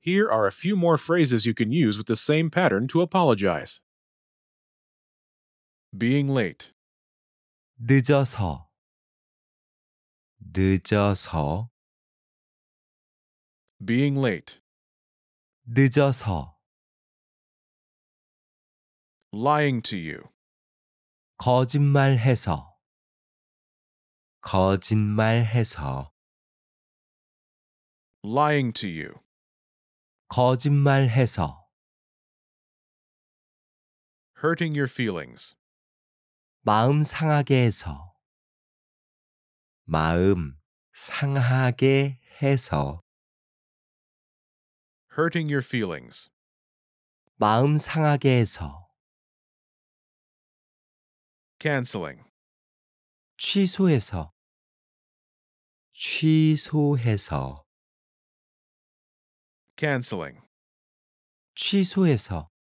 Here are a few more phrases you can use with the same pattern to apologize. Being late, 늦어서 늦어서 being late, 늦어서 lying to you, 거짓말해서 거짓말해서 lying to you, 거짓말해서 hurting your feelings, 마음 상하게 해서 마음 상하게 해서 hurting your feelings, 마음 상하게 해서 canceling, 취소해서 취소해서 canceling, 취소해서